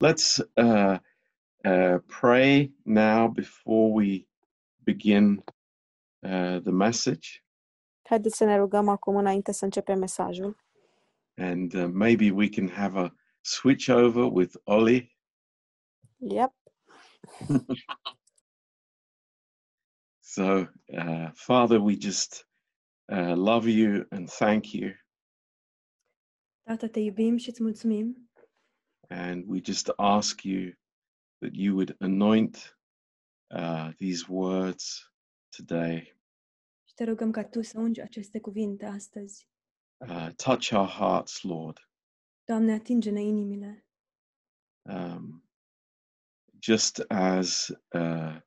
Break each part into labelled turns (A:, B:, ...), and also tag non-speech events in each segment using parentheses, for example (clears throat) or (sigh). A: Let's uh, uh, pray now before we begin uh, the message,
B: Haideți să ne rugăm acum înainte să începem mesajul
A: and uh, maybe we can have a switch over with Ollie.
B: yep.
A: So, uh, Father, we just uh, love you and thank you,
C: Tată, te iubim și îți mulțumim
A: and we just ask you that you would anoint uh, these words today,
C: și te rugăm ca Tu să ungi aceste cuvinte astăzi.
A: uh, touch our hearts, Lord.
C: Doamne, atinge-ne inimile,
A: um, just as uh,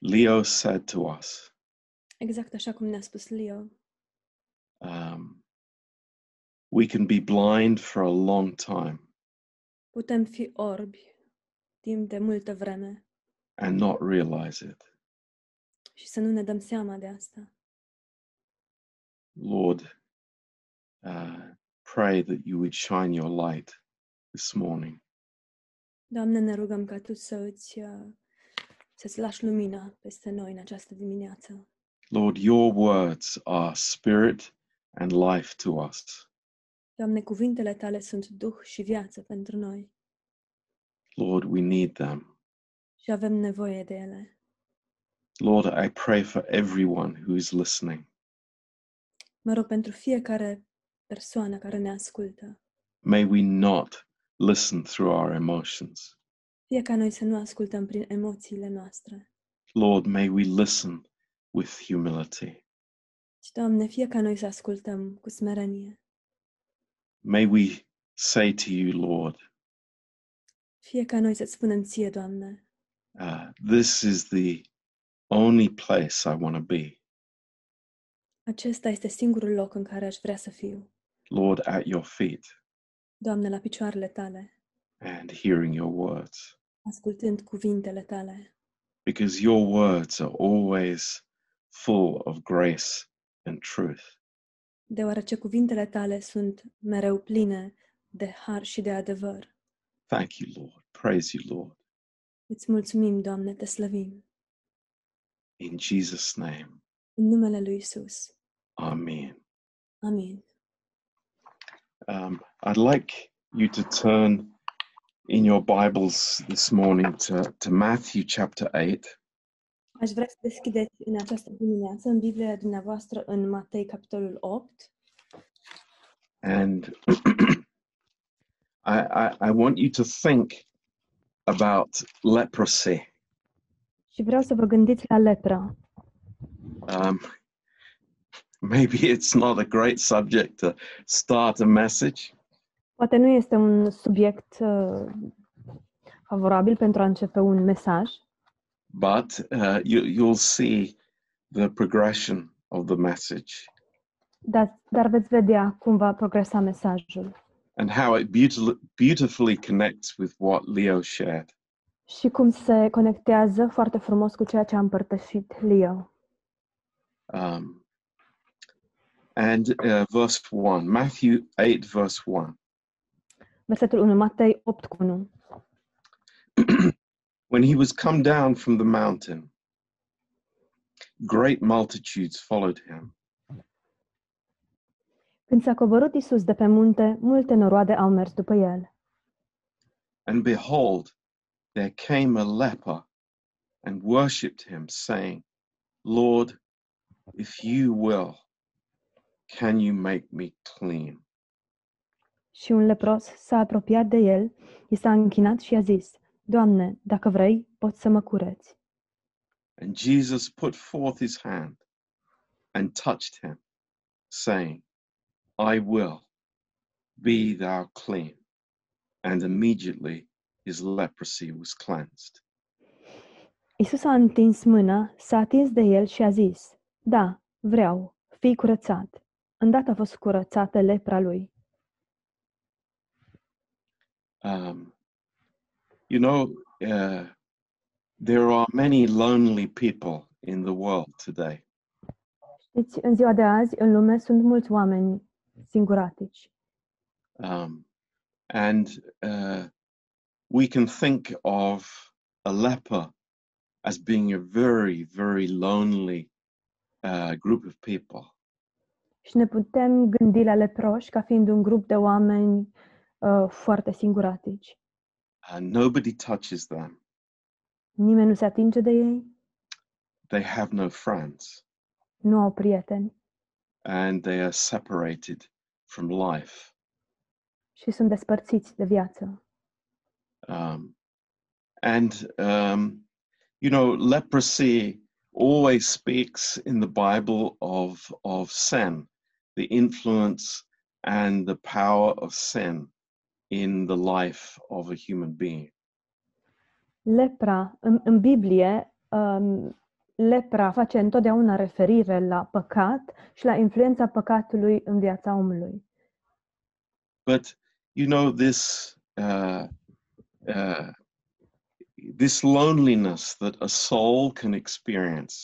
A: Leo said to us,
C: exact așa cum ne-a spus Leo.
A: um, we can be blind for a long time
C: Putem fi orbi timp de multă vreme
A: and not realize it.
C: și să nu ne dăm seama de asta.
A: Lord, uh, pray that you would shine your light this morning.
C: Doamne, ne rugăm ca Tu să îți, uh, să-ți lași lumina peste noi în această dimineață.
A: Lord, your words are spirit and life to us.
C: Doamne, cuvintele Tale sunt Duh și viață pentru noi
A: Lord, we need them.
C: și avem nevoie de ele.
A: Lord, I pray for everyone who is listening.
C: Mă rog pentru fiecare persoană care ne ascultă.
A: May we not listen through our emotions.
C: Fie ca noi să nu ascultăm prin emoțiile noastre.
A: Lord, may we listen with humility.
C: Și, Doamne, fie ca noi să ascultăm cu smerenie,
A: May we say to you, Lord,
C: fie ca noi să-ți spunem ție, Doamne,
A: uh, this is the only place I want to be.
C: acesta este singurul loc în care aș vrea să fiu,
A: Lord, at your feet
C: Doamne, la picioarele Tale,
A: and hearing your words,
C: ascultând cuvintele Tale,
A: because your words are always full of grace and truth.
C: deoarece cuvintele Tale sunt mereu pline de har și de adevăr.
A: Thank you, Lord. Praise you, Lord.
C: Îți mulțumim, Doamne, te slăvim.
A: In Jesus' name,
C: În numele Lui Isus.
A: Amen.
C: Amin.
A: Um, I'd like you to turn in your Bibles this morning to, to Matthew chapter 8.
C: Aș vrea să deschideți în această dimineață, în Biblia dumneavoastră, în Matei, capitolul 8.
A: And (clears throat) I, I, I want you to think about leprosy.
C: Și vreau să vă gândiți la lepra.
A: Um, maybe it's not a great subject to start a message,
C: Poate nu este un subiect uh, favorabil pentru a începe un mesaj,
A: but uh, you, you'll see the progression of the message
C: dar, dar veți vedea cum va progresa mesajul
A: and how it beautiful, beautifully connects with what Leo shared.
C: și cum se conectează foarte frumos cu ceea ce a împărtășit Leo.
A: Um, and uh, verse 1, Matthew 8, verse 1.
C: Versetul 1, Matei 8 cu 1.
A: When he was come down from the mountain, great multitudes followed him,
C: Când s-a coborât Isus de pe munte, multe noroade au mers după el.
A: and behold, there came a leper and worshipped him, saying, Lord, if you will, can you make me clean?
C: Și un lepros s-a apropiat de el, i s-a închinat și i-a zis, Doamne, dacă vrei, poți să mă cureți.
A: And Jesus put forth his hand and touched him, saying, I will, be thou clean. And immediately his leprosy was cleansed.
C: Isus a întins mâna, s-a atins de el și a zis, Da, vreau, fii curățat. Îndată a fost curățată lepra lui.
A: Um, you know, uh, there are many lonely people in the world today.
C: Știți, în ziua de azi, în lume, sunt mulți oameni singuratici.
A: Um, and uh, we can think of a leper as being a very, very lonely uh, group of people.
C: Și ne putem gândi la leproși ca fiind un grup de oameni uh, foarte singuratici.
A: and nobody touches them.
C: Nimeni nu se atinge de ei,
A: They have no friends
C: nu au prieteni
A: and they are separated from life.
C: și sunt despărțiți de viață.
A: Um, and, um, you know, leprosy always speaks in the Bible of, of sin, the influence and the power of sin in the life of a human being.
C: Lepra, în, în Biblie, um, lepra face întotdeauna referire la păcat și la influența păcatului în viața omului.
A: but you know this uh, uh, this loneliness that a soul can experience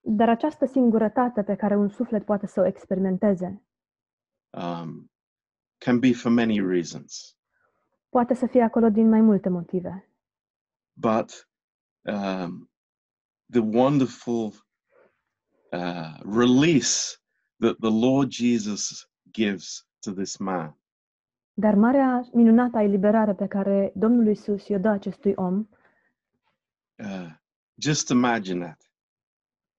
C: Dar această singurătate pe care un suflet poate să o experimenteze
A: um, can be for many reasons
C: poate să fie acolo din mai multe motive.
A: but um, the wonderful uh, release that the lord jesus gives to this man
C: Dar marea minunată eliberare pe care Domnul Isus i-o dă acestui om,
A: uh, just imagine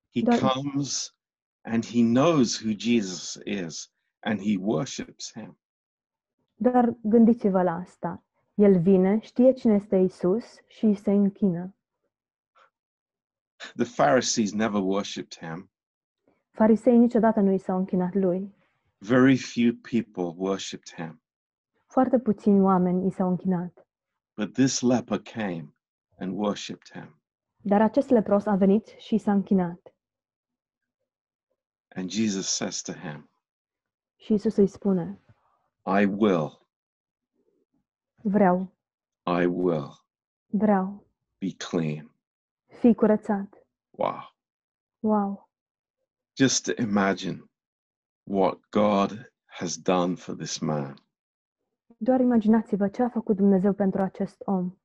A: it he
C: Don't-
A: comes and he knows who jesus is and he worships him
C: dar gândiți-vă la asta. El vine, știe cine este Isus și îi se închină.
A: the Pharisees never worshipped him.
C: Farisei niciodată nu i s-au închinat lui.
A: Very few people worshipped him.
C: Foarte puțini oameni i s-au închinat.
A: But this leper came and worshipped him.
C: Dar acest lepros a venit și i s-a închinat.
A: And Jesus says to him,
C: Și Isus îi spune,
A: I will,
C: vreau,
A: I will
C: vreau,
A: be clean.
C: fii curățat.
A: Wow.
C: Wow!
A: Just imagine what God has done for this man.
C: Doar imaginați-vă ce a făcut Dumnezeu pentru acest om.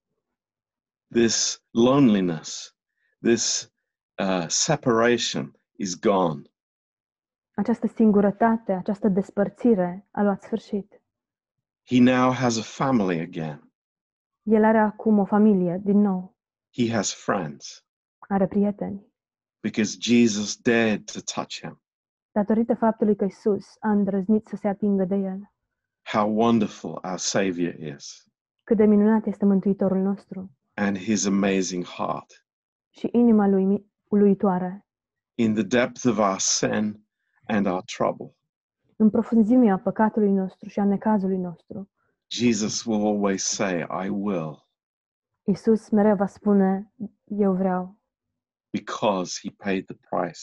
A: This loneliness, this uh, separation is gone.
C: Această singurătate, această despărțire a luat sfârșit.
A: He now has a family again.
C: El are acum o familie, din nou,
A: He has friends
C: are prieteni.
A: because Jesus dared to touch him.
C: Datorită faptului că Isus a îndrăznit să se atingă de el.
A: how wonderful our Savior is
C: Cât de minunat este Mântuitorul nostru
A: and his amazing heart.
C: și inima lui mi- uluitoare.
A: In the depth of our sin and our trouble,
C: În profunzimea păcatului nostru și a necazului nostru,
A: Jesus will always say, I will,
C: Isus mereu va spune, eu vreau,
A: because he paid the price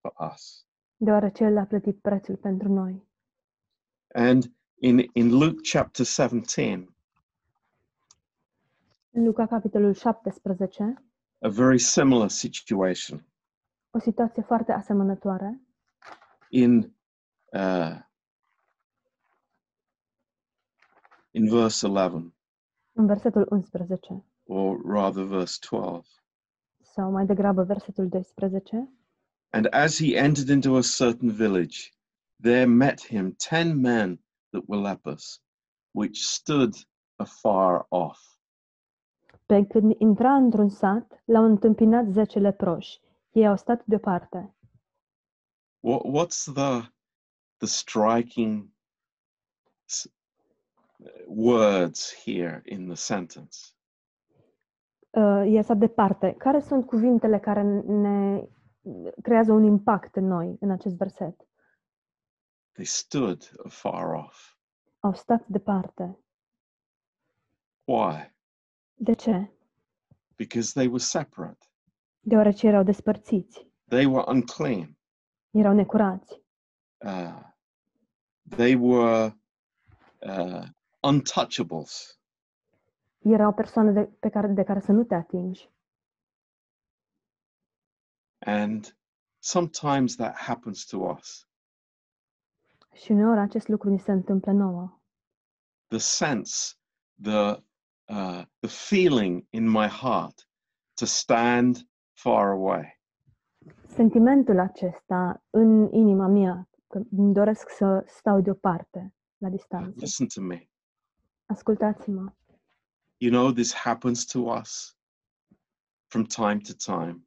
A: for us.
C: deoarece El a plătit prețul pentru noi.
A: And in, in Luke chapter 17,
C: În Luca, capitolul 17,
A: a very similar situation.
C: o situație foarte asemănătoare.
A: In, uh, in verse 11,
C: În versetul 11,
A: or rather verse 12,
C: sau mai degrabă versetul 12,
A: And as he entered into a certain village, there met him ten men that were lepers, which stood afar off.
C: pe când intra într-un sat, l-au întâmpinat zece leproși. Ei au stat deoparte.
A: What, what's the the striking s- words here in the sentence?
C: Uh, ei au stat departe. Care sunt cuvintele care ne creează un impact în noi, în acest verset?
A: They stood afar off.
C: Au stat departe.
A: Why?
C: De ce?
A: Because they were separate.
C: Deoarece erau despărțiți,
A: They were unclean.
C: erau necurați,
A: Uh, they were uh, untouchables.
C: erau persoane de, pe care, de care să nu te atingi.
A: And sometimes that happens to us.
C: Și uneori acest lucru ni se întâmplă nouă.
A: The sense, the uh, the feeling in my heart to stand far away.
C: Sentimentul acesta în inima mea, că îmi doresc să stau deoparte, la distanță.
A: Listen to me.
C: Ascultați-mă.
A: You know, this happens to us from time to time.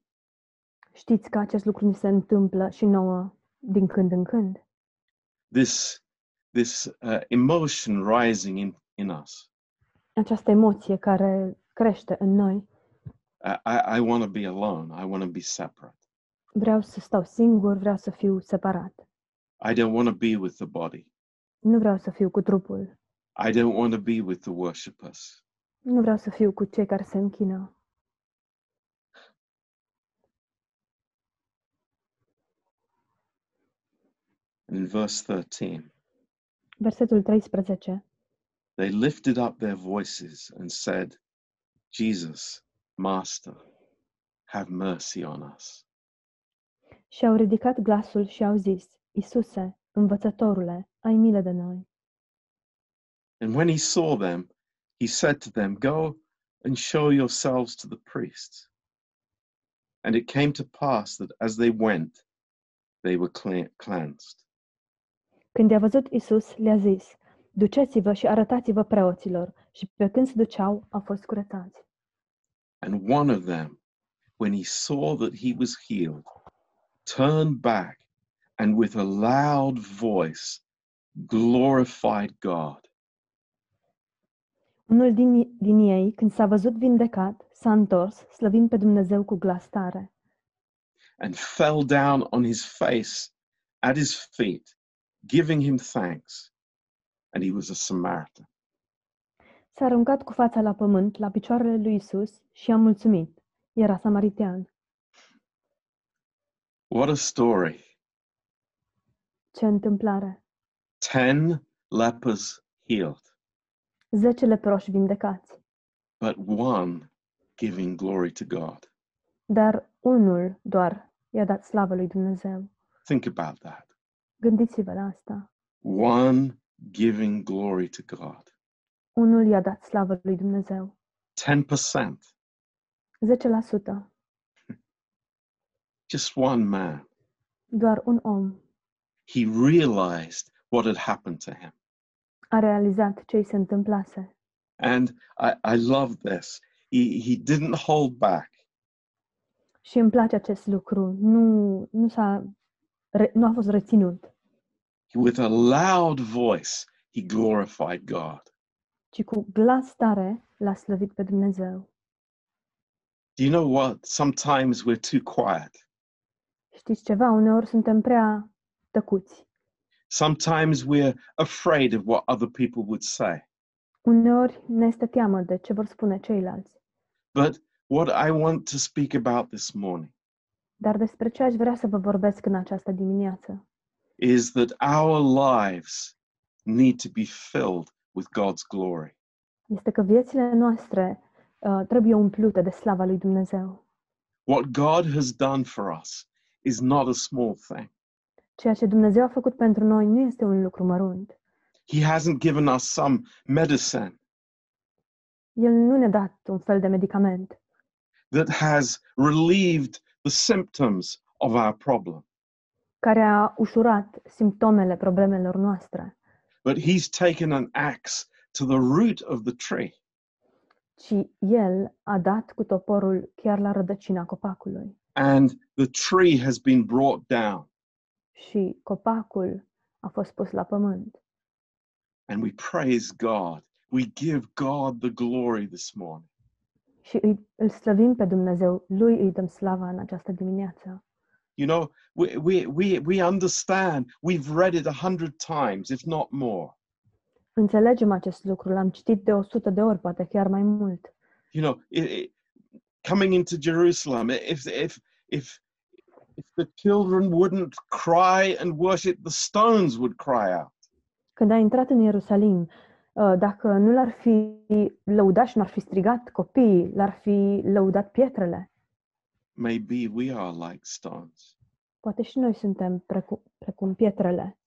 C: Știți că acest lucru ni se întâmplă și nouă din când în când.
A: This, this uh, emotion rising in, in us.
C: Această emoție care crește în noi.
A: I, I, I want to be alone. I want to be separate.
C: Vreau să stau singur, vreau să fiu separat.
A: I don't want to be with the body.
C: Nu vreau să fiu cu trupul.
A: I don't want to be with the worshippers.
C: Nu vreau să fiu cu cei care se închină.
A: And in verse 13,
C: Versetul 13.
A: they lifted up their voices and said, Jesus, Master, have mercy on us.
C: Și au ridicat glasul și au zis, Isuse, învățătorule, ai milă de noi.
A: And when he saw them, he said to them, Go and show yourselves to the priests. And it came to pass that as they went, they were cle- cleansed.
C: Când i-a văzut Isus, le-a zis, Duceți-vă și arătați-vă preoților. Și pe când se duceau, au fost curățați.
A: And one of them, when he saw that he was healed, turned back and with a loud voice glorified God.
C: Unul din, din ei, când s-a văzut vindecat, s-a întors, slăvind pe Dumnezeu cu glas tare,
A: and fell down on his face at his feet, giving him thanks. And he was a Samaritan.
C: s-a aruncat cu fața la pământ, la picioarele lui Isus și a mulțumit. Era samaritean.
A: What a story.
C: Ce întâmplare!
A: 10 lepers healed,
C: Zece leproși vindecați,
A: but one giving glory to God.
C: dar unul doar i-a dat slavă lui Dumnezeu.
A: Think about that.
C: Gândiți-vă la asta.
A: One giving glory to God.
C: Unul i-a dat slavă lui Dumnezeu.
A: 10%,
C: 10%.
A: just one man.
C: Doar un om
A: He realized what had happened to him.
C: a realizat ce îi se întâmplase.
A: And I, I love this. He, he didn't hold back.
C: Și îmi place acest lucru. Nu, nu, s-a, re, nu a fost reținut.
A: with a loud voice he glorified god
C: ci cu glas tare l-a slăvit pe Dumnezeu.
A: do you know what sometimes we're too quiet
C: Știți ceva? Uneori suntem prea tăcuți.
A: sometimes we're afraid of what other people would say
C: Uneori ne este teamă de ce vor spune ceilalți.
A: but what i want to speak about this morning
C: Dar despre ce aș vrea să vă vorbesc în această dimineață?
A: is that our lives need to be filled with god's glory
C: Este că viețile noastre uh, trebuie umplute de slava lui Dumnezeu.
A: what god has done for us is not a small thing
C: Ceea ce Dumnezeu a făcut pentru noi nu este un lucru mărunt.
A: he hasn't given us some medicine
C: El nu ne-a dat un fel de medicament
A: that has relieved the symptoms of our problem
C: care a ușurat simptomele problemelor noastre,
A: but he's taken an axe to the root of the tree
C: ci El a dat cu toporul chiar la rădăcina copacului.
A: and the tree has been brought down
C: și copacul a fost pus la pământ.
A: and we praise god we give god the glory this morning
C: Și îi, îl slăvim pe Dumnezeu, lui îi dăm slava în această dimineață.
A: you know we we we, we understand we've read it a hundred times if not more
C: Înțelegem acest lucru, l-am citit de 100 de ori, poate chiar mai mult.
A: you know it, it- coming into jerusalem if if if if the children wouldn't cry and worship the stones would cry out
C: Când a intrat în Ierusalim, uh, dacă nu l-ar fi lăudat și nu ar fi strigat copiii, l-ar fi lăudat pietrele.
A: maybe we are like stones
C: Poate și noi suntem precum, precum pietrele.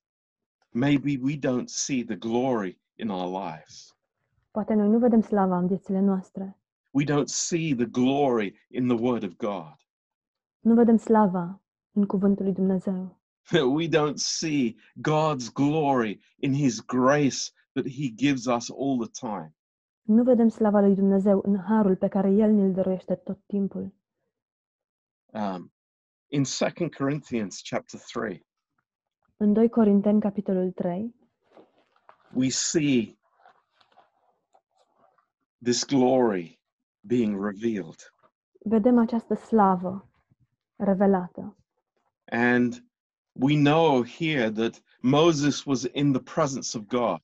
A: maybe we don't see the glory in our lives.
C: Poate noi nu vedem slava în viețile noastre.
A: We don't see the glory in the Word of God.
C: Nu vedem slava în cuvântul lui Dumnezeu.
A: (laughs) We don't see God's glory in His grace that He gives us all the time.
C: Nu vedem slava lui Dumnezeu în harul pe care El ne-l dăruiește tot timpul.
A: Um, in 2 Corinthians chapter 3,
C: În 2 Corinteni, capitolul 3,
A: we see this glory being revealed.
C: vedem această slavă revelată.
A: And we know here that Moses was in the presence of God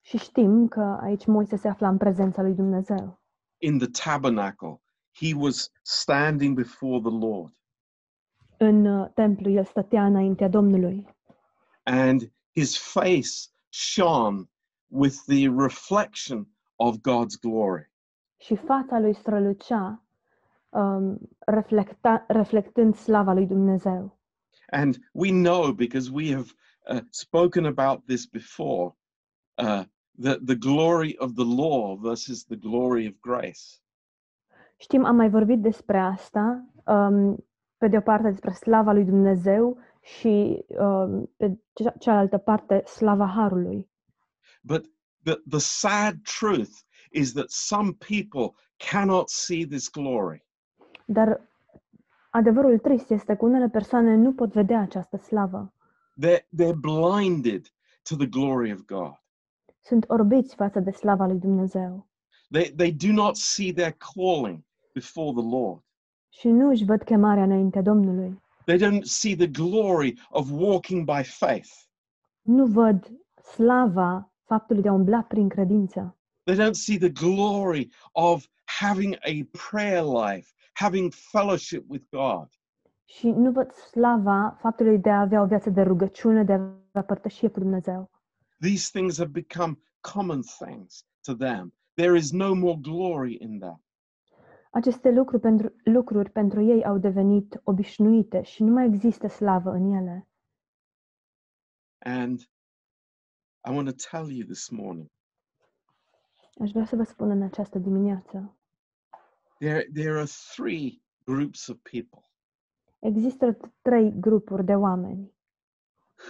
C: Și știm că aici Moise se afla în prezența lui Dumnezeu.
A: in the tabernacle. He was standing before the Lord
C: În uh, templu el stătea înaintea Domnului
A: and his face shone with the reflection of God's glory.
C: și fața lui strălucea um, reflecta, reflectând slava lui Dumnezeu.
A: And we know because we have uh, spoken about this before uh, that the glory of the law versus the glory of grace.
C: Știm, am mai vorbit despre asta, um, pe de o parte despre slava lui Dumnezeu și um, pe cea- cealaltă parte slava Harului.
A: But the, the sad truth is that some people cannot see this glory.
C: Dar adevărul trist este că unele persoane nu pot vedea această slavă.
A: They're, they're blinded to the glory of God.
C: Sunt orbiți față de slava lui Dumnezeu
A: They, they do not see their calling before the Lord.
C: și nu își văd chemarea înaintea Domnului.
A: They don't see the glory of walking by faith.
C: Nu văd slava faptului de a umbla prin credință.
A: They don't see the glory of having a prayer life, having fellowship with God.
C: Și nu văd slava faptului de a avea o viață de rugăciune, de a avea părtășie cu Dumnezeu.
A: These things have become common things to them. There is no more glory in that.
C: Aceste lucruri pentru, lucruri pentru ei au devenit obișnuite și nu mai există slavă în ele.
A: And I want to tell you this morning
C: Aș vrea să vă spun în această dimineață.
A: there, there are three groups of people
C: Există t- trei grupuri de oameni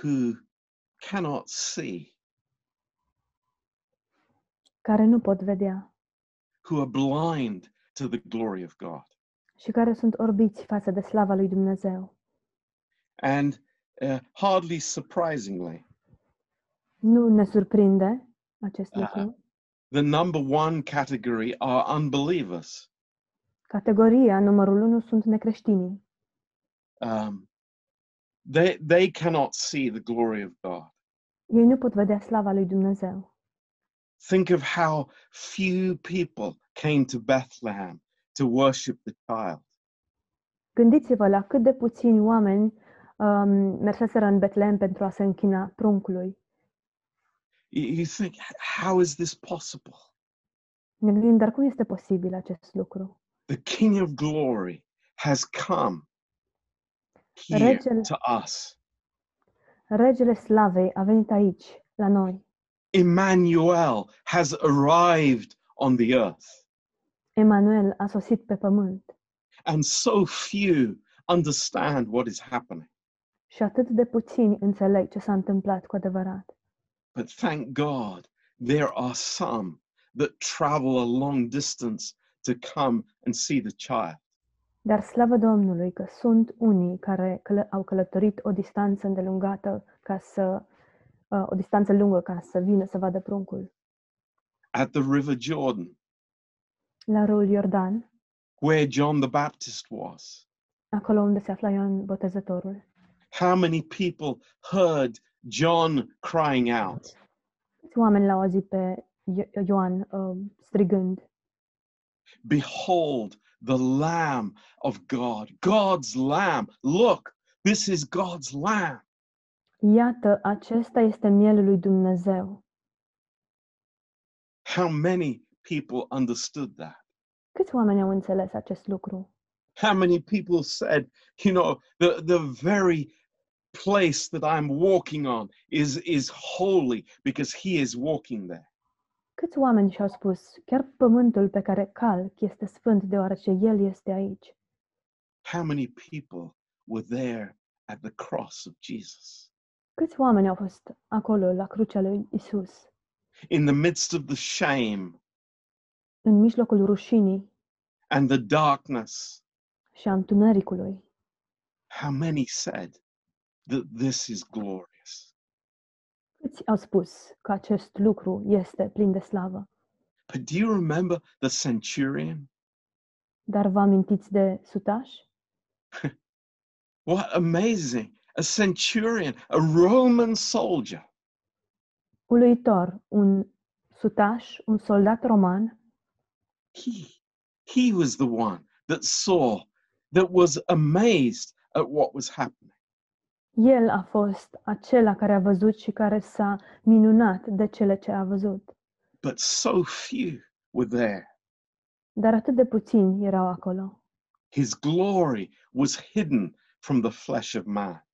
A: who cannot see,
C: care nu pot vedea
A: who are blind to the glory of God.
C: și care sunt orbiți față de slava lui Dumnezeu.
A: And uh, hardly surprisingly,
C: Nu ne surprinde acest
A: Aha.
C: lucru.
A: the number one category are unbelievers.
C: Categoria numărul 1 sunt necreștinii.
A: um, they they cannot see the glory of God.
C: Ei nu pot vedea slava lui Dumnezeu.
A: Think of how few people came to Bethlehem to worship the child.
C: Gândiți-vă la cât de puțini oameni um, merseseră în Betlehem pentru a se închina pruncului.
A: You, you think, "H- how is this possible?
C: Ne gândim, dar cum este posibil acest lucru?
A: The King of Glory has come here
C: Regele-
A: to us.
C: Regele Slavei a venit aici, la noi.
A: Emmanuel has arrived on the earth,
C: Emanuel a sosit pe pământ
A: and so few understand what is happening.
C: și atât de puțini înțeleg ce s-a întâmplat cu adevărat.
A: But thank God there are some that travel a long distance to come and see the child.
C: Dar slavă Domnului că sunt unii care călă- au călătorit o distanță îndelungată ca să uh, o distanță lungă ca să vină să vadă pruncul.
A: At the River Jordan,
C: La râul Iordan,
A: where John the Baptist was,
C: acolo unde se afla Ioan Botezătorul,
A: how many people heard John crying out?
C: Câți oameni l-au auzit pe Io- Ioan uh, strigând,
A: Behold the Lamb of God, God's Lamb. Look, this is God's Lamb.
C: Iată, acesta este mielul lui Dumnezeu.
A: How many people understood that?
C: Câți oameni au înțeles acest lucru?
A: how many people said you know the the very place that i'm walking on is is holy because he is walking there
C: Câți oameni și-au spus, chiar pământul pe care calc este sfânt deoarece el este aici?
A: How many people were there at the cross of Jesus?
C: Câți oameni au fost acolo la crucea lui Isus,
A: In the midst of the shame
C: în mijlocul rușinii
A: and the darkness,
C: și a întunericului?
A: how many said that this is glorious?
C: Câți au spus că acest lucru este plin de slavă?
A: But do you remember the centurion?
C: Dar vă amintiți de sutaș?
A: What amazing! A centurion, a Roman soldier,
C: Uluitor, un sutaș, un soldat roman,
A: he he was the one that saw that was amazed at what was happening
C: el a fost acela care a văzut și care s-a minunat de cele ce a văzut.
A: but so few were there
C: Dar atât de puțini erau acolo.
A: his glory was hidden from the flesh of man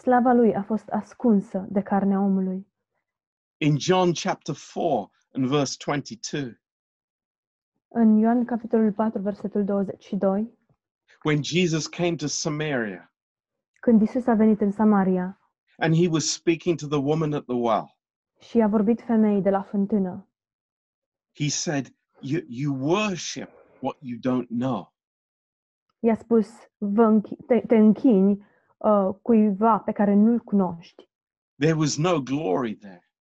C: Slava lui a fost ascunsă de carnea omului.
A: in john chapter 4 and verse 22
C: În Ioan capitolul 4, versetul 22,
A: when jesus came to samaria
C: când Isus a venit în Samaria
A: and he was speaking to the woman at the well
C: și a vorbit femeii de la fântână,
A: he said you, you worship what you don't know
C: i-a spus, Vă închi- te, te închini uh, cuiva pe care nu-l cunoști.
A: there was no glory there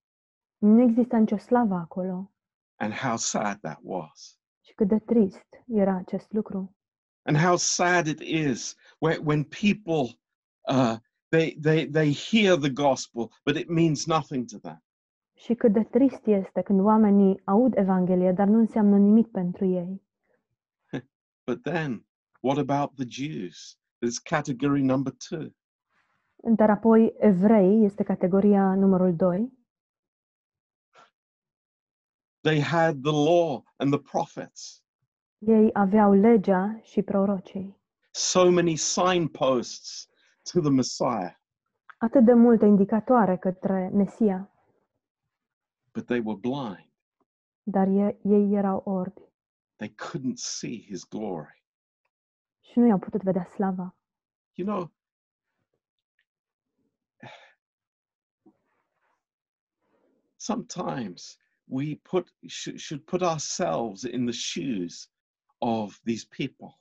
C: Nu exista nicio slavă acolo.
A: and how sad that was
C: Și cât de trist era acest lucru.
A: and how sad it is when, when people uh, they, they, they hear the gospel but it means nothing to them
C: Și cât de trist este când oamenii aud Evanghelie, dar nu înseamnă nimic pentru ei.
A: but then what about the jews there's category number two
C: Dar apoi evrei este categoria numărul 2.
A: they had the law and the prophets
C: Ei aveau legea și prorocii.
A: so many signposts to the messiah
C: Atât de multe indicatoare către Mesia,
A: but they were blind
C: dar e- ei erau orbi
A: they couldn't see his glory
C: și nu i-au putut vedea slava.
A: you know sometimes we put should, should put ourselves in the shoes of these people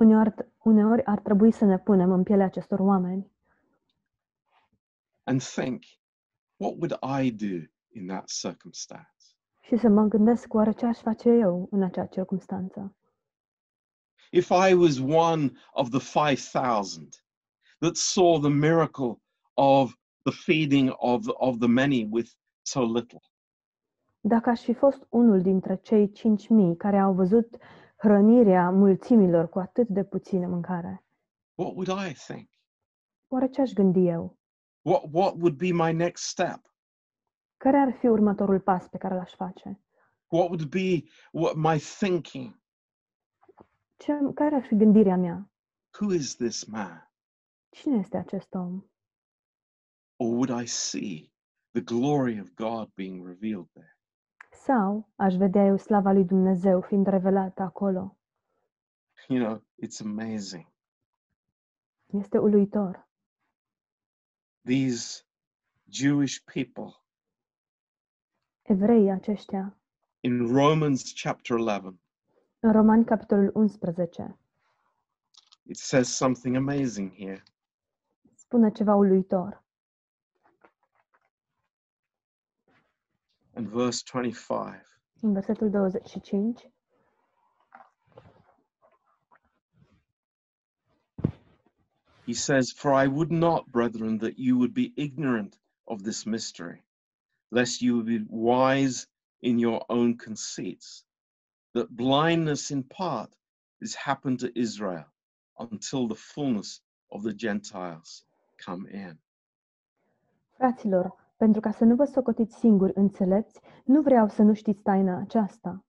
C: Uneori, uneori ar trebui să ne punem în pielea acestor oameni
A: and think what would i do in that circumstance
C: și să mă gândesc oare ce aș face eu în acea circunstanță.
A: if i was one of the 5000 that saw the miracle of the feeding of the, of the many with so little
C: Dacă aș fi fost unul dintre cei 5.000 care au văzut hrănirea mulțimilor cu atât de puțină mâncare,
A: what would i think
C: oare ce aș gândi eu?
A: what what would be my next step
C: Care ar fi următorul pas pe care l-aș face?
A: what would be what my thinking
C: Ce, care ar fi gândirea mea?
A: who is this man
C: Cine este acest om?
A: or would i see the glory of god being revealed there
C: Sau aș vedea eu slava lui Dumnezeu fiind revelată acolo?
A: you know it's amazing
C: Este uluitor.
A: these jewish people
C: Evreii aceștia,
A: in romans chapter 11
C: în Romani, capitolul 11,
A: it says something amazing here
C: spune ceva uluitor.
A: and verse 25
C: În versetul 25,
A: he says for i would not brethren that you would be ignorant of this mystery lest you would be wise in your own conceits, that blindness in part is happened to Israel until the fullness of the Gentiles come in.
C: Fraților, pentru ca să nu vă socotiți singuri înțelepți, nu vreau să nu știți taina aceasta.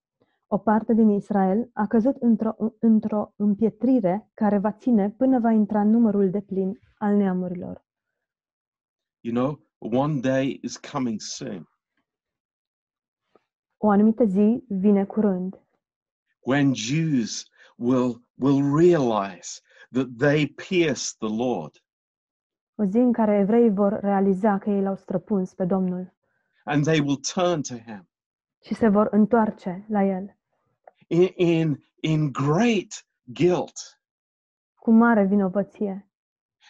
C: O parte din Israel a căzut într-o, într-o împietrire care va ține până va intra numărul de plin al neamurilor.
A: You know, one day is coming soon.
C: O anumită zi vine curând,
A: when Jews will, will realize that they pierced the Lord
C: o zi în care evreii vor realiza că ei l-au străpuns pe Domnul
A: and they will turn to him
C: și se vor întoarce la el
A: in, in, in great guilt
C: cu mare vinovăție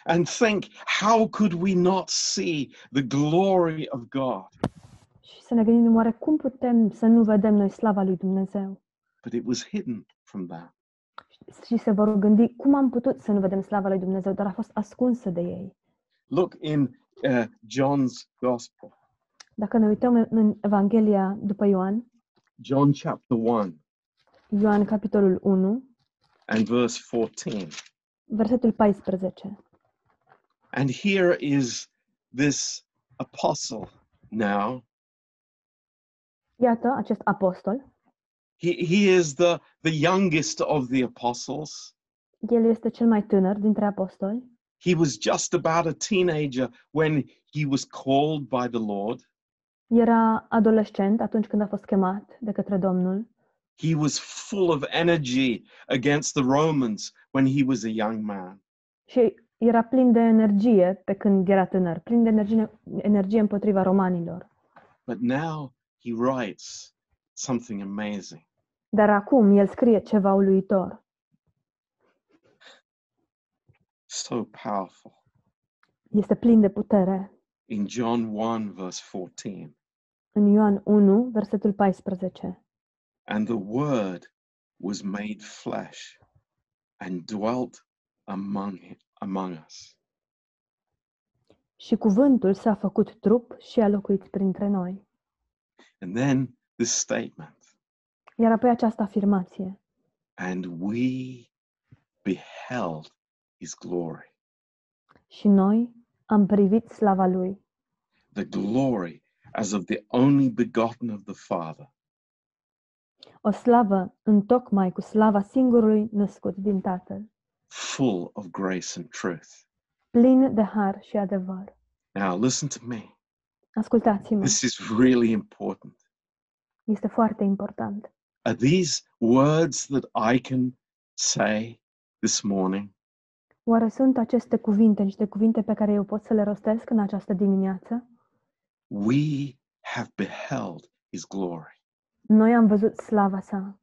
A: and think, how could we not see the glory of God?
C: și să ne gândim oare cum putem să nu vedem noi slava lui Dumnezeu
A: But it was hidden from them.
C: și se vor gândi cum am putut să nu vedem slava lui Dumnezeu, dar a fost ascunsă de ei.
A: Look in uh, John's Gospel,
C: Dacă ne uităm în- în Evanghelia după Ioan,
A: John chapter 1
C: Ioan capitolul 1,
A: and verse 14.
C: versetul 14.
A: And here is this apostle now.
C: Iată acest apostol,
A: He, he is the, the youngest of the apostles.
C: el este cel mai tânăr dintre apostoli,
A: He was just about a teenager when he was called by the Lord.
C: era adolescent atunci când a fost chemat de către Domnul,
A: He was full of energy against the Romans when he was a young man.
C: Și era plin de energie pe când era tânăr, plin de energie, energie împotriva romanilor.
A: But now he writes something amazing.
C: Dar acum el scrie ceva uluitor,
A: so powerful
C: este plin de putere.
A: in John 1, verse 14.
C: În Ioan 1, versetul 14.
A: And the Word was made flesh and dwelt among, among us.
C: Și cuvântul s-a făcut trup și a locuit printre noi.
A: And then this statement
C: Iar apoi această afirmație.
A: and we beheld his glory,
C: Și noi am privit slava lui,
A: the glory as of the only begotten of the Father,
C: o slavă întocmai cu slava singurului născut din Tatăl,
A: full of grace and truth.
C: plin de har și adevăr.
A: Now, listen to me.
C: Ascultați-mă,
A: This is really important.
C: este foarte important.
A: Are these words that I can say this morning?
C: Oare sunt aceste cuvinte niște cuvinte pe care eu pot să le rostesc în această dimineață?
A: We have beheld his glory.
C: Noi am văzut slava sa.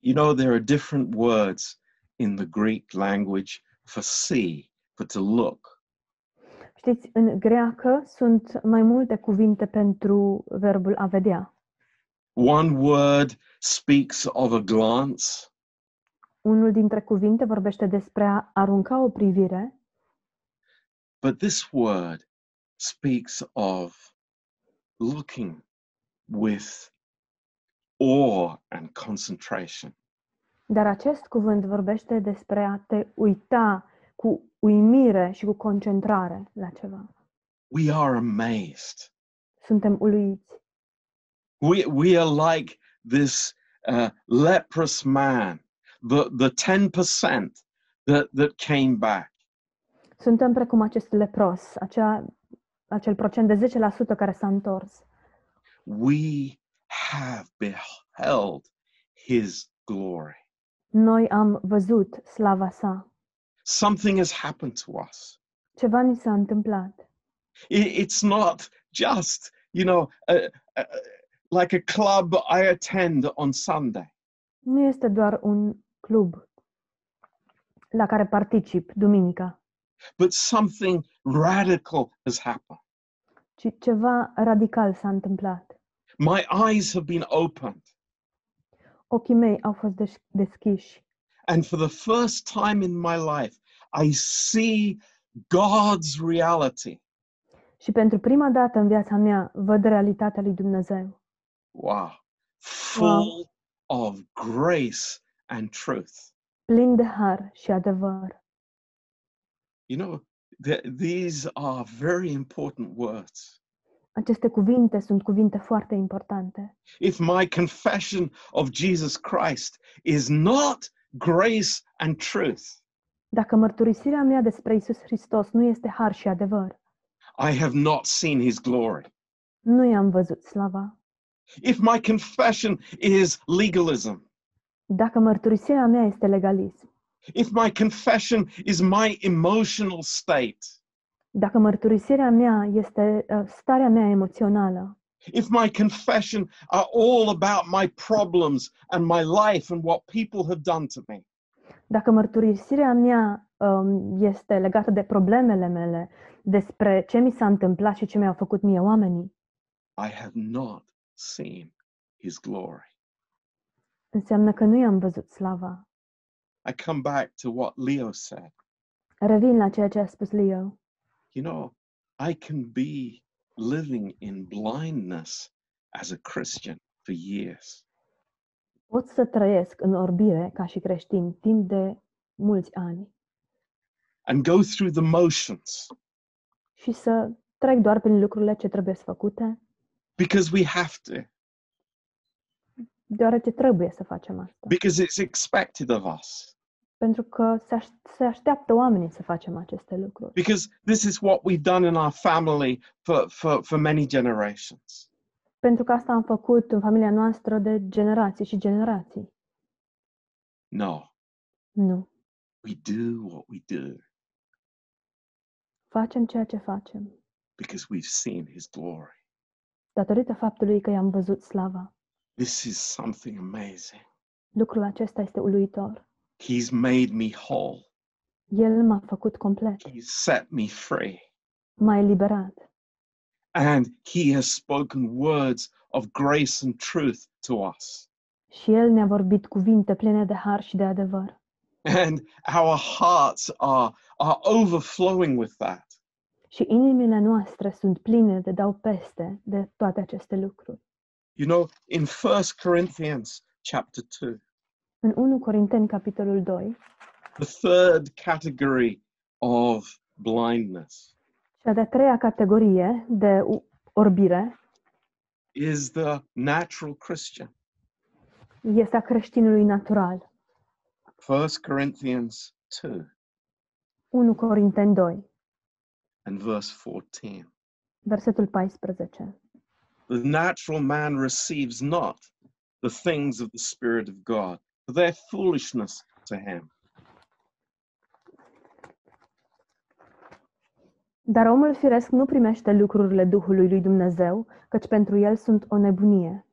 A: You know, there are different words in the Greek language for see, for to look.
C: Știți, în greacă sunt mai multe cuvinte pentru verbul a vedea.
A: One word speaks of a glance,
C: Unul dintre cuvinte vorbește despre a arunca o privire,
A: but this word speaks of looking with awe and concentration.
C: dar acest cuvânt vorbește despre a te uita cu uimire și cu concentrare la ceva.
A: We are amazed.
C: Suntem uluiți.
A: We, we are like this uh, leprous man, the, the 10% that, that came back.
C: Suntem precum acest lepros, acea, acel procent de 10% care s-a întors.
A: We have beheld his glory.
C: Noi am văzut slava sa.
A: Something has happened to us.
C: Ceva ni s-a întâmplat.
A: I- it's not just, you know, uh, uh, like a club I attend on Sunday.
C: Nu este doar un club la care particip duminica,
A: But something radical has happened.
C: ci ceva radical s-a întâmplat.
A: My eyes have been opened.
C: Ochii mei au fost deș- deschiși
A: And for the first time in my life, I see God's reality.
C: și pentru prima dată în viața mea văd realitatea lui Dumnezeu,
A: Wow. Full of grace and truth.
C: plin de har și adevăr.
A: You know, th- these are very important words.
C: Aceste cuvinte sunt cuvinte foarte importante.
A: If my confession of Jesus Christ is not grace and truth,
C: Dacă mărturisirea mea despre Isus Hristos nu este har și adevăr,
A: I have not seen his glory.
C: nu i-am văzut slava.
A: If my confession is legalism,
C: Dacă mărturisirea mea este legalism,
A: if my confession is my emotional state,
C: dacă mărturisirea mea este uh, starea mea emoțională,
A: if my confession are all about my problems and my life and what people have done to me,
C: dacă mărturisirea mea um, este legată de problemele mele, despre ce mi s-a întâmplat și ce mi-au făcut mie oamenii,
A: I have not seen his glory.
C: înseamnă că nu i-am văzut slava.
A: I come back to what Leo said.
C: Revin la ceea ce a spus Leo.
A: You know, I can be living in blindness as a Christian for years.
C: Pot să trăiesc în orbire ca și creștin timp de mulți ani
A: and go through the motions
C: și să trec doar prin lucrurile ce trebuie făcute,
A: because we have to,
C: deoarece trebuie să facem asta.
A: because it's expected of us,
C: Pentru că se, aș- se așteaptă oamenii să facem aceste lucruri.
A: because this is what we've done in our family for, for, for many generations.
C: Pentru că asta am făcut în familia noastră de generații și generații.
A: No,
C: Nu.
A: we do what we do
C: Facem ceea ce facem,
A: because we've seen his glory.
C: datorită faptului că i-am văzut slava.
A: This is something amazing.
C: Lucrul acesta este uluitor.
A: He's made me whole,
C: El m-a făcut complet,
A: he's set me free,
C: m-a eliberat
A: and he has spoken words of grace and truth to us.
C: și El ne-a vorbit cuvinte pline de har și de adevăr.
A: And our hearts are, are overflowing with that.
C: Și inimile noastre sunt pline de dau peste de toate aceste lucruri.
A: You know, in First Corinthians chapter 2,
C: În 1 Corinteni, capitolul 2,
A: the third category of blindness
C: cea de-a treia categorie de u- orbire
A: is the natural Christian.
C: este a creștinului natural.
A: First Corinthians 2
C: 1 Corinteni 2,
A: and verse 14.
C: versetul 14.
A: The natural man receives not the things of the Spirit of God, for they're foolishness to him.
C: Dar omul firesc nu primește lucrurile Duhului lui Dumnezeu, căci pentru el sunt o nebunie.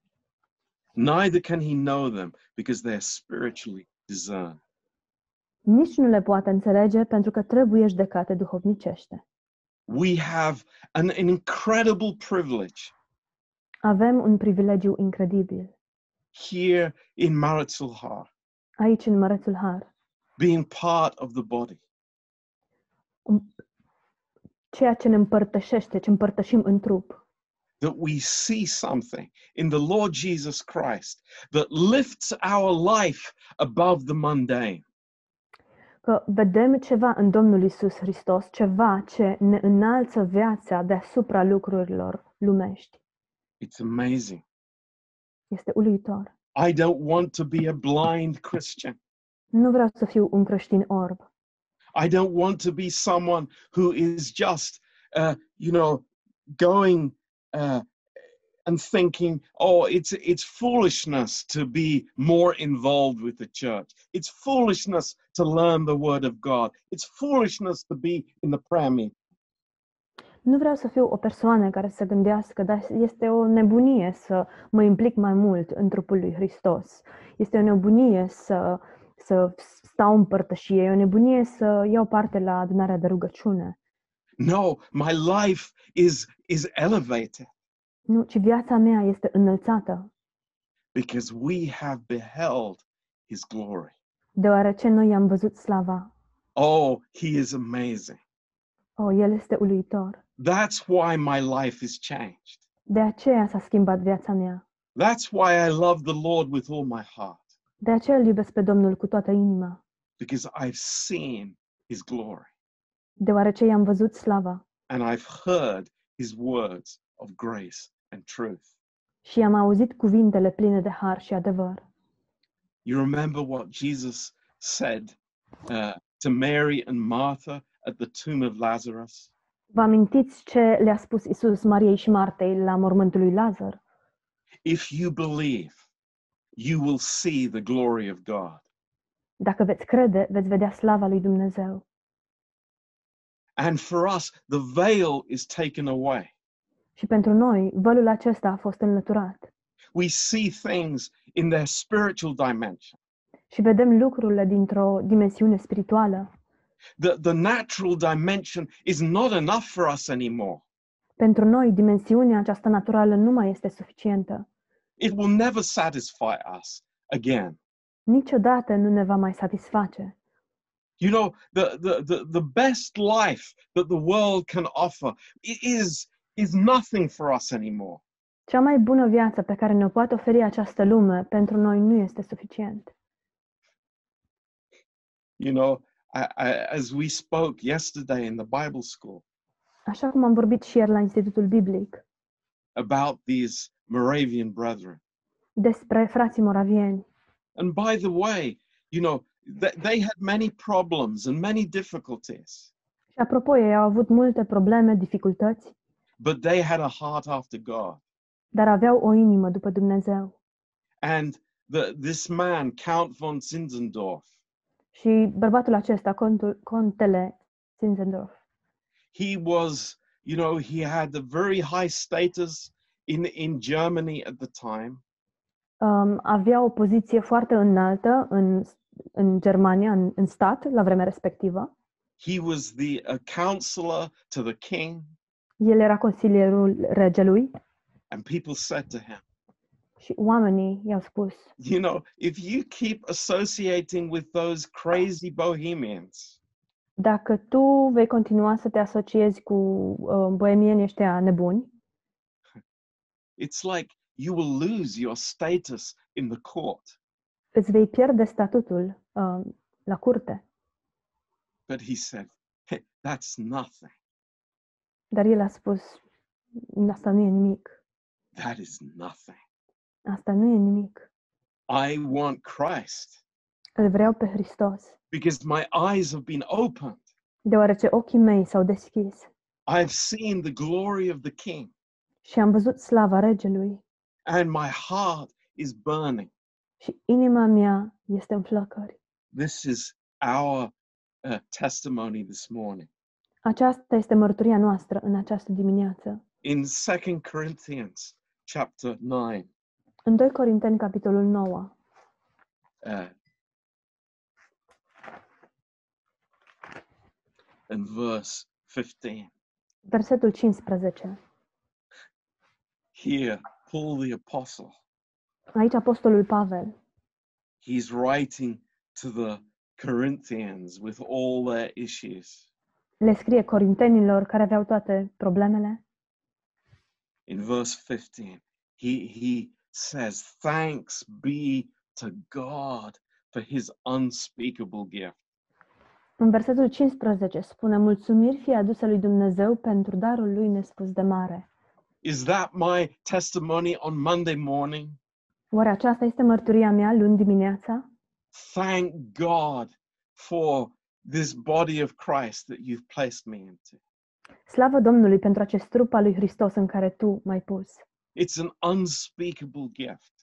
A: Neither can he know them because they're spiritually discerned.
C: Nici nu le poate înțelege pentru că trebuie judecate duhovnicește.
A: We have an, an incredible privilege
C: Avem un privilegiu incredibil
A: here in Maritzal Har.
C: aici în Mărețul Har,
A: being part of the body.
C: ceea ce ne împărtășește, ce împărtășim în trup.
A: That we see something in the Lord Jesus Christ that lifts our life above the mundane.
C: Că vedem ceva în Domnul Isus Hristos, ceva ce ne înalță viața deasupra lucrurilor lumești.
A: It's amazing.
C: Este uluitor.
A: I don't want to be a blind Christian.
C: Nu vreau să fiu un creștin orb.
A: I don't want to be someone who is just, uh, you know, going uh, and thinking, oh, it's it's foolishness to be more involved with the church. It's foolishness to learn the Word of God. It's foolishness to be in the prayer meeting.
C: Nu vreau să fiu o persoană care să gândească, dar este o nebunie să mă implic mai mult în trupul lui Hristos. Este o nebunie să, să stau în părtășie, e o nebunie să iau parte la adunarea de rugăciune.
A: No, my life is is elevated
C: Nu, ci viața mea este înălțată,
A: because we have beheld His glory.
C: deoarece noi i-am văzut slava.
A: Oh, He is amazing.
C: O, oh, El este uluitor.
A: That's why my life is changed.
C: De aceea s-a schimbat viața mea.
A: That's why I love the Lord with all my heart,
C: De aceea îl iubesc pe Domnul cu toată inima,
A: because I've seen his glory
C: deoarece i-am văzut slava
A: and I've heard his words of grace and truth.
C: și i-am auzit cuvintele pline de har și adevăr.
A: You remember what Jesus said uh, to Mary and Martha at the tomb of Lazarus?
C: Vă amintiți ce le-a spus Isus Mariei și Martei la mormântul lui Lazar?
A: If you believe, you will see the glory of God.
C: Dacă veți crede, veți vedea slava lui Dumnezeu.
A: And for us, the veil is taken away.
C: Și pentru noi, vălul acesta a fost înlăturat.
A: We see things in their spiritual dimension.
C: Și vedem lucrurile dintr-o dimensiune spirituală.
A: The, the natural dimension is not enough for us anymore.
C: Pentru noi, dimensiunea aceasta naturală nu mai este suficientă.
A: It will never satisfy us again.
C: Niciodată nu ne va mai satisface.
A: You know, the, the, the, the best life that the world can offer i- is, is nothing for us anymore.
C: Cea mai bună viață pe care ne-o poate oferi această lume pentru noi nu este suficient.
A: You know, I, I, as we spoke yesterday in the Bible school
C: Așa cum am vorbit și ieri la Institutul Biblic
A: about these Moravian brethren.
C: despre frații moravieni.
A: And by the way, you know, th- they had many problems and many difficulties,
C: Și apropo, ei au avut multe probleme, dificultăți,
A: but they had a heart after God.
C: dar aveau o inimă după Dumnezeu.
A: And the, this man, Count von Zinzendorf,
C: Și bărbatul acesta, contul, contele Zinzendorf,
A: he was, you know, he had a very high status in, in Germany at the time.
C: um, avea o poziție foarte înaltă în, în Germania, în, în stat, la vremea respectivă.
A: He was the uh, counselor to the king,
C: El era consilierul regelui
A: and people said to him,
C: și oamenii i-au spus,
A: you know, if you keep associating with those crazy bohemians,
C: dacă tu vei continua să te asociezi cu uh, boemienii ăștia nebuni,
A: it's like you will lose your status in the court.
C: îți vei pierde statutul uh, la curte.
A: But he said, "Heh, That's nothing.
C: Dar el a spus, asta nu e nimic,
A: That is nothing.
C: asta nu e nimic.
A: I want Christ
C: Îl vreau pe Hristos,
A: because my eyes have been opened.
C: deoarece ochii mei s-au deschis
A: I've seen the glory of the King,
C: și am văzut slava regelui
A: and my heart is burning.
C: și inima mea este în flăcări.
A: This is our uh, testimony this morning.
C: Aceasta este mărturia noastră în această dimineață.
A: In 2 Corinthians chapter 9,
C: În 2 Corinteni, capitolul 9,
A: uh, and verse 15.
C: versetul 15,
A: Here, Paul the Apostle,
C: aici Apostolul Pavel
A: he's writing to the Corinthians with all their issues.
C: le scrie corintenilor care aveau toate problemele
A: In verse 15, he, he says, Thanks be to God for his unspeakable gift.
C: În versetul 15 spune, mulțumiri fie aduse lui Dumnezeu pentru darul lui nespus de mare.
A: Is that my testimony on Monday morning?
C: Oare aceasta este mărturia mea luni dimineața?
A: Thank God for this body of Christ that you've placed me into.
C: Slavă Domnului pentru acest trup al lui Hristos în care tu m-ai pus.
A: It's an unspeakable gift.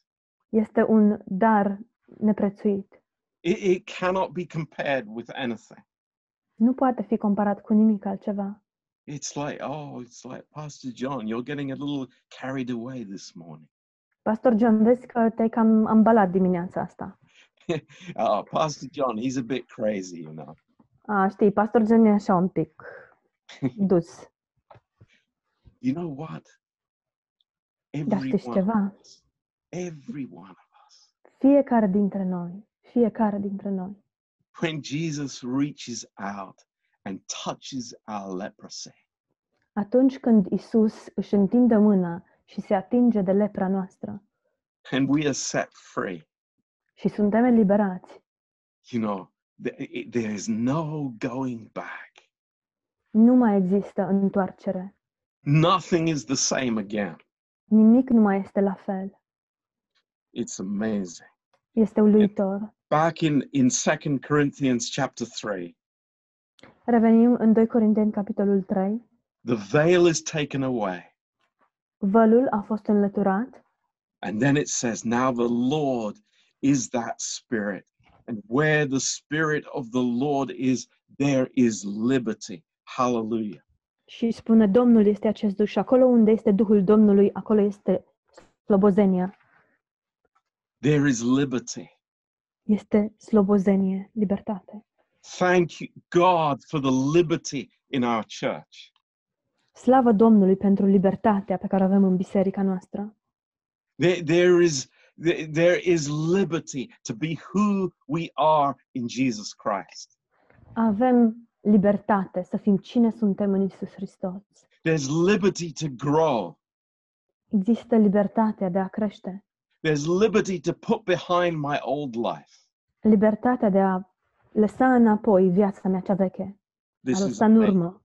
C: Este un dar neprețuit.
A: It, it cannot be compared with anything.
C: Nu poate fi comparat cu nimic altceva.
A: It's like, oh, it's like Pastor John, you're getting a little carried away this morning.
C: Pastor John, vezi că te-ai cam ambalat dimineața asta.
A: Oh, Pastor John, he's a bit crazy, you know.
C: A, știi, Pastor John e așa un pic dus.
A: You know what?
C: Dar
A: Every
C: știi și
A: one of
C: ceva?
A: us, every one of us,
C: Fiecare dintre noi, fiecare dintre noi
A: when Jesus reaches out and touches our leprosy,
C: Atunci când Isus își întinde mâna și se atinge de lepra noastră
A: and we are set free,
C: și suntem eliberați,
A: you know, th- it- there is no going back.
C: nu mai există întoarcere.
A: Nothing is the same again.
C: Nimic nu mai este la fel.
A: It's amazing.
C: Este uluitor.
A: back in in second corinthians chapter 3
C: Revenim în 2 Corinteni, capitolul 3.
A: the veil is taken away
C: Vălul a fost înlăturat
A: And then it says, Now the Lord is that Spirit. And where the Spirit of the Lord is, there is liberty. Hallelujah.
C: Și spune, Domnul este acest Duh și acolo unde este Duhul Domnului, acolo este slobozenia.
A: There is liberty.
C: Este slobozenie, libertate.
A: Thank you, God for the liberty in our church.
C: Slavă Domnului pentru libertatea pe care o avem în biserica noastră.
A: There, there, is, there, there is liberty to be who we are in Jesus Christ.
C: Avem libertate să fim cine suntem în Isus Hristos.
A: There's liberty to grow.
C: Există libertatea de a crește,
A: There's liberty to put behind my old life.
C: libertatea de a lăsa înapoi viața mea cea veche, a
A: This is,
C: lăsa în
A: ama-
C: urmă.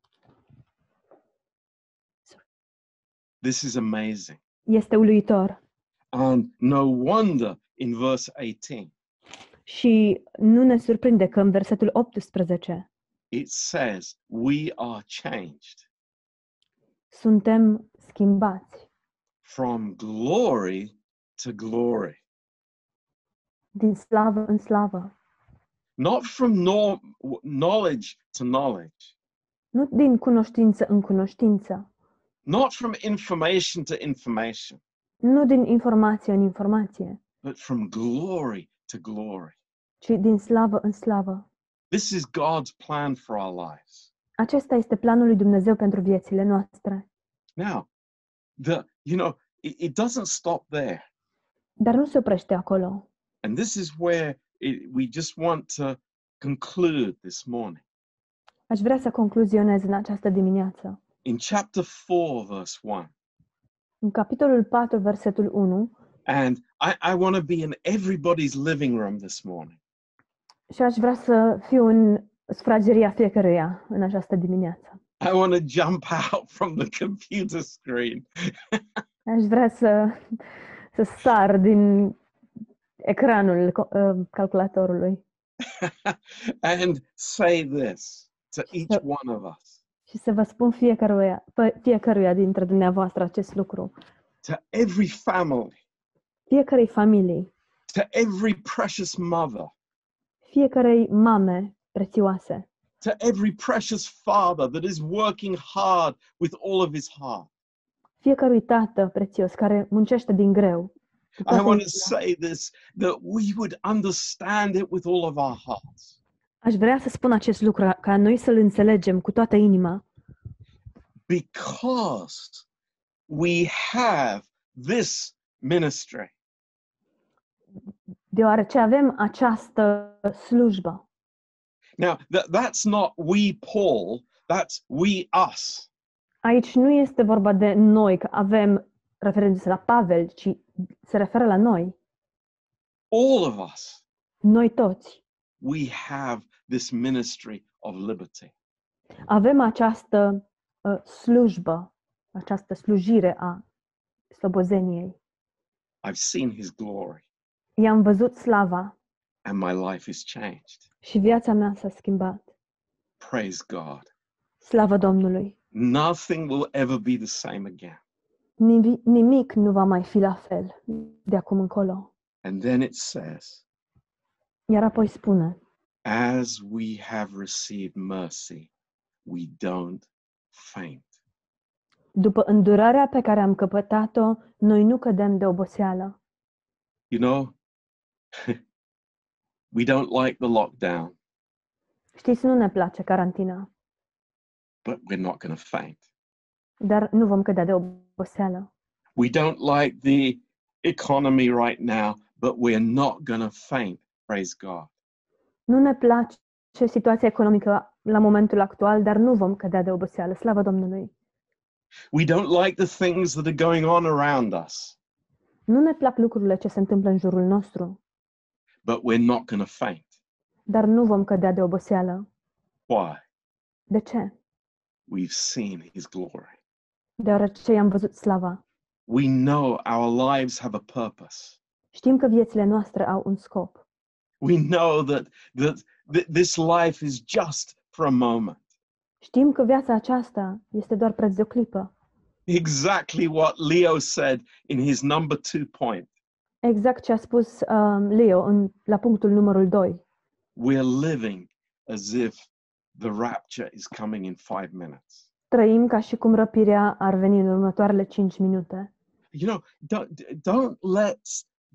A: this is amazing.
C: Este uluitor.
A: And no wonder in verse 18
C: Și nu ne surprinde că în versetul 18
A: it says, We are changed
C: suntem schimbați
A: from glory to glory,
C: din slavă în slavă,
A: not from nor- w- knowledge to knowledge,
C: nu din cunoștință în cunoștință,
A: not from information to information,
C: nu din informație în informație,
A: but from glory to glory.
C: ci din slavă în slavă.
A: This is God's plan for our lives.
C: Acesta este planul lui Dumnezeu pentru viețile noastre.
A: Now, the you know, it, it doesn't stop there.
C: Dar nu se oprește acolo.
A: And this is where it, we just want to conclude this morning.
C: Aș vrea să concluzionez în această dimineață.
A: In chapter 4, verse 1.
C: În capitolul 4, versetul 1,
A: And I, I want to be in everybody's living room this morning.
C: și aș vrea să fiu în sfrageria fiecăruia în această dimineață.
A: I want to jump (laughs) out from the computer screen
C: Aș vrea să, să sar din ecranul co- uh, calculatorului
A: and say this to each
C: So-
A: one of us,
C: și să vă spun fiecăruia, pe- fiecăruia dintre dumneavoastră acest lucru.
A: to every family,
C: Fiecărei familii,
A: to every precious mother,
C: fiecărei mame prețioase,
A: to every precious father that is working hard with all of his heart.
C: fiecărui tată prețios care muncește din greu. cu
A: I
C: toată
A: want to
C: inima.
A: say this that we would understand it with all of our hearts.
C: Aș vrea să spun acest lucru ca noi să-l înțelegem cu toată inima,
A: because we have this ministry.
C: deoarece avem această slujbă.
A: Now, that, that's not we, Paul, that's we, us.
C: Aici nu este vorba de noi, că avem referindu-se la Pavel, ci se referă la noi,
A: All of us,
C: noi toți.
A: we have this ministry of liberty.
C: Avem această uh, slujbă, această slujire a slobozeniei.
A: I've seen his glory
C: I-am văzut slava
A: and my life is changed.
C: și viața mea s-a schimbat.
A: Praise God.
C: Slavă Domnului!
A: Nothing will ever be the same again.
C: Nivi- Nimic nu va mai fi la fel de acum încolo.
A: And then it says,
C: Iar apoi spune,
A: as we have received mercy, we don't faint.
C: După îndurarea pe care am căpătat-o, noi nu cădem de oboseală.
A: You know, we don't like the lockdown,
C: Știți, nu ne place carantina,
A: but we're not going to faint.
C: dar nu vom cădea de oboseală.
A: We don't like the economy right now, but we're not going to faint. Praise God.
C: Nu ne place situația economică la momentul actual, dar nu vom cădea de oboseală. Slavă Domnului!
A: We don't like the things that are going on around us,
C: Nu ne plac lucrurile ce se întâmplă în jurul nostru,
A: but we're not going to faint.
C: dar nu vom cădea de oboseală.
A: Why?
C: De ce?
A: We've seen His glory.
C: Deoarece i-am văzut slava.
A: We know our lives have a purpose.
C: Știm că viețile noastre au un scop.
A: We know that, that th- this life is just for a moment.
C: Știm că viața aceasta este doar preț de o clipă
A: Exactly what Leo said in his number two point.
C: Exact ce a spus um, Leo în, la punctul numărul 2.
A: We're living as if the rapture is coming in five minutes.
C: Trăim ca și cum răpirea ar veni în următoarele 5 minute.
A: You know, don't, don't let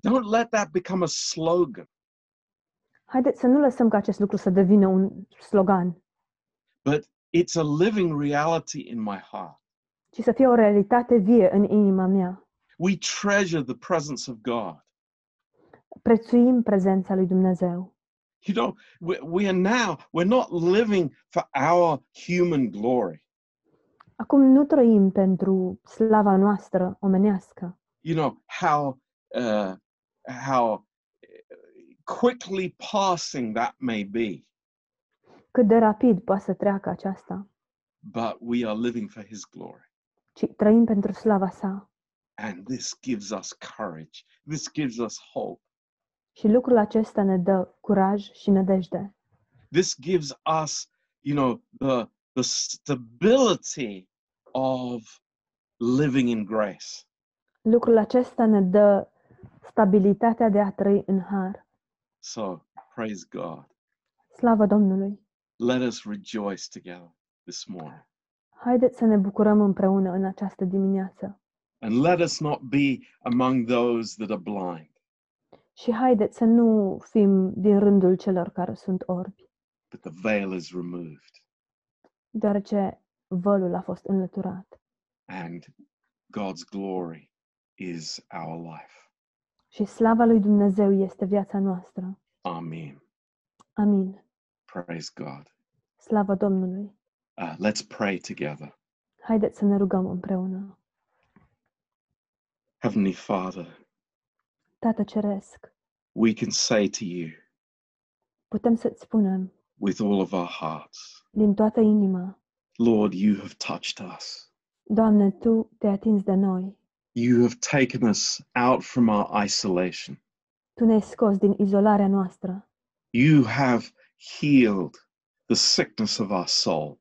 A: don't let that become a slogan,
C: Haideți să nu lăsăm ca acest lucru să devină un slogan,
A: but it's a living reality in my heart.
C: ci să fie o realitate vie în inima mea.
A: We treasure the presence of God.
C: Prețuim prezența lui Dumnezeu.
A: You know, we, we are now, we're not living for our human glory.
C: Acum nu trăim pentru slava noastră omenească.
A: You know, how, uh, how eh, quickly passing that may be,
C: Cât de rapid poate să treacă aceasta,
A: but we are living for His glory.
C: ci trăim pentru slava sa.
A: And this gives us courage. This gives us hope.
C: Și lucrul acesta ne dă curaj și nădejde.
A: This gives us, you know, the, the stability of living in grace.
C: Lucrul acesta ne dă stabilitatea de a trăi în har.
A: So praise God.
C: Slavă Domnului!
A: Let us rejoice together this morning.
C: Haideți să ne bucurăm împreună în această dimineață
A: And let us not be among those that are blind.
C: și haideți să nu fim din rândul celor care sunt orbi,
A: But the veil is removed
C: deoarece vălul a fost înlăturat
A: and God's glory is our life.
C: și slava lui Dumnezeu este viața noastră.
A: Amen.
C: Amin!
A: Praise God.
C: Slavă Domnului!
A: Uh, let's pray together.
C: Haideți să ne rugăm împreună.
A: Heavenly Father,
C: Tată Ceresc,
A: we can say to you
C: putem să-ți spunem
A: with all of our hearts,
C: din toată inima,
A: Lord, you have touched us.
C: Doamne, Tu te atinzi de noi,
A: You have taken us out from our isolation.
C: Tu ne-ai scos din izolarea noastră
A: You have healed the sickness of our soul.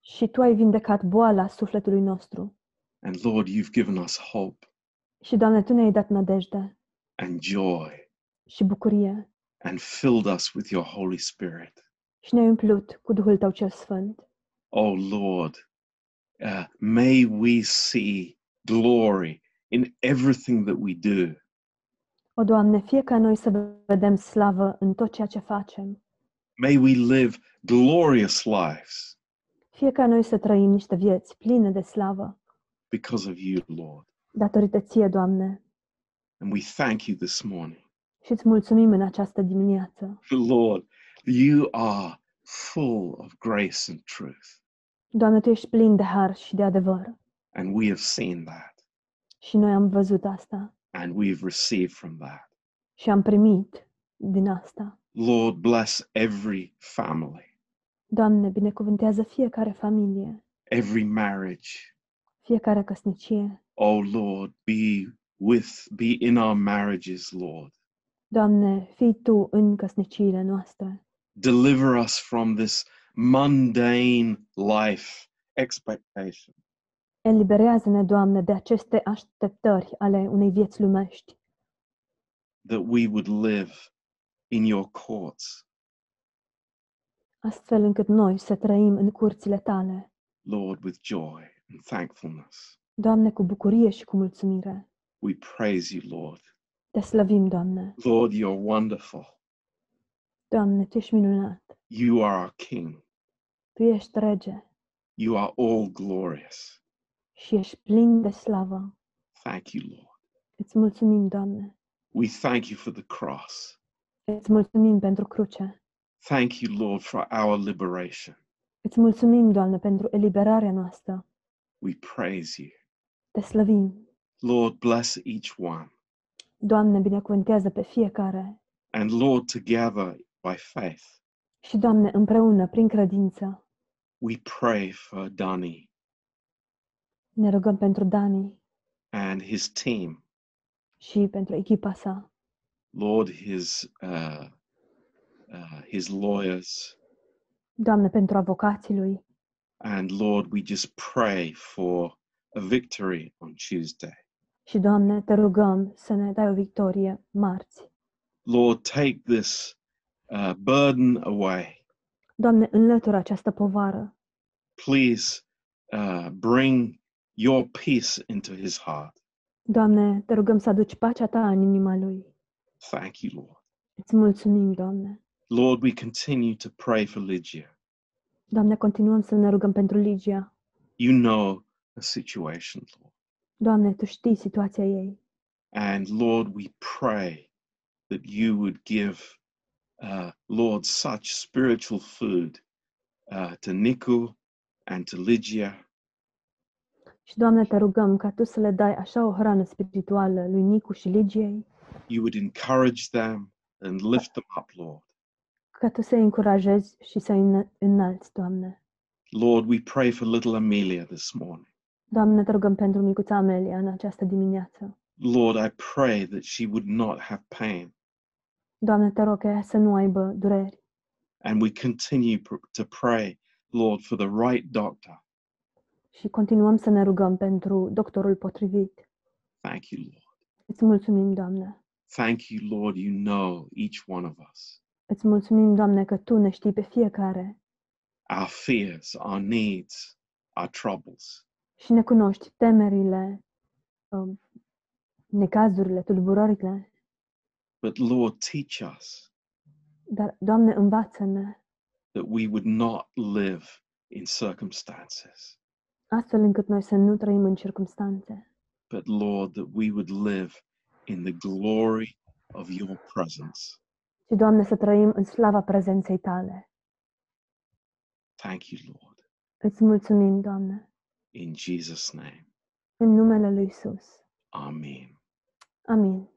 C: și Tu ai vindecat boala sufletului nostru.
A: And Lord, you've given us hope
C: Și, Doamne, Tu ne-ai dat nădejde
A: and joy
C: și bucurie
A: and filled us with your Holy Spirit.
C: și ne-ai umplut cu Duhul Tău cel Sfânt.
A: Oh Lord, uh, may we see glory in everything that we do.
C: O, Doamne, fie ca noi să vedem slavă în tot ceea ce facem,
A: May we live glorious lives
C: fie ca noi să trăim niște vieți pline de slavă,
A: because of you, Lord.
C: datorită Ție, Doamne,
A: And we thank you this morning.
C: și îți mulțumim în această dimineață.
A: Lord, you are full of grace and truth.
C: Doamne, Tu ești plin de har și de adevăr.
A: And we have seen that
C: Și noi am văzut asta
A: and we've received from that.
C: și am primit din asta.
A: Lord, bless every family,
C: Doamne, binecuvântează fiecare familie,
A: every marriage.
C: fiecare căsnicie.
A: Oh Lord, be with, be in our marriages, Lord.
C: Doamne, fii Tu în căsniciile noastre.
A: Deliver us from this mundane life expectation.
C: Eliberează-ne, Doamne, de aceste așteptări ale unei vieți lumești,
A: that we would live in your courts.
C: astfel încât noi să trăim în curțile Tale,
A: Lord, with joy and thankfulness,
C: Doamne, cu bucurie și cu mulțumire.
A: we praise you, Lord.
C: Te slăvim, Doamne.
A: Lord, you're wonderful.
C: Doamne, Tu ești minunat.
A: You are our King.
C: Tu ești rege
A: You are all glorious.
C: și ești plin de slavă.
A: Thank you, Lord.
C: Îți mulțumim, Doamne.
A: We thank you for the cross.
C: Îți mulțumim pentru cruce.
A: Thank you, Lord, for our liberation.
C: Îți mulțumim, Doamne, pentru eliberarea noastră.
A: We praise you.
C: Te slăvim.
A: Lord, bless each one.
C: Doamne, binecuvântează pe fiecare.
A: And Lord, together by faith,
C: Și, Doamne, împreună, prin credință,
A: we pray for Dani
C: ne rugăm pentru Dani
A: and his team.
C: și pentru echipa sa.
A: Lord, his uh, uh, his lawyers,
C: Doamne, pentru avocații lui.
A: and Lord, we just pray for a victory on Tuesday.
C: Și, Doamne, te rugăm să ne dai o victorie marți.
A: Lord, take this uh, burden away.
C: Doamne, înlătură această povară.
A: Please uh, bring your peace into his heart.
C: Doamne, te rugăm să aduci pacea ta în inima lui.
A: Thank you, Lord.
C: Îți mulțumim, Doamne.
A: Lord, we continue to pray for Lygia.
C: Doamne, continuăm să ne rugăm pentru Ligia.
A: You know the situation, Lord.
C: Doamne, Tu știi situația ei.
A: And Lord, we pray that you would give, uh, Lord, such spiritual food uh, to Niku and to Lygia
C: Și, Doamne, te rugăm ca Tu să le dai așa o hrană spirituală lui Nicu și Ligiei,
A: you would encourage them and lift them up, Lord.
C: ca Tu să-i încurajezi și să-i înă- înalți, Doamne.
A: Lord, we pray for little Amelia this morning.
C: Doamne, te rugăm pentru micuța Amelia în această dimineață.
A: Lord, I pray that she would not have pain.
C: Doamne, te rog ca ea să nu aibă dureri.
A: And we continue pr- to pray, Lord, for the right doctor.
C: Și continuăm să ne rugăm pentru doctorul potrivit.
A: Thank you, Lord.
C: Îți mulțumim, Doamne.
A: Thank you, Lord, you know each one of us,
C: Îți mulțumim, Doamne, că Tu ne știi pe fiecare
A: our fears, our needs, our troubles.
C: și ne cunoști temerile, um, necazurile, tulburările.
A: But Lord, teach us
C: Dar, Doamne, învață-ne
A: that we would not live in circumstances,
C: astfel încât noi să nu trăim în circumstanțe,
A: but Lord, that we would live in the glory of your presence.
C: ci, Doamne, să trăim în slava prezenței Tale.
A: Thank you, Lord,
C: Îți mulțumim, Doamne,
A: in Jesus' name.
C: în numele Lui Isus.
A: Amen.
C: Amin.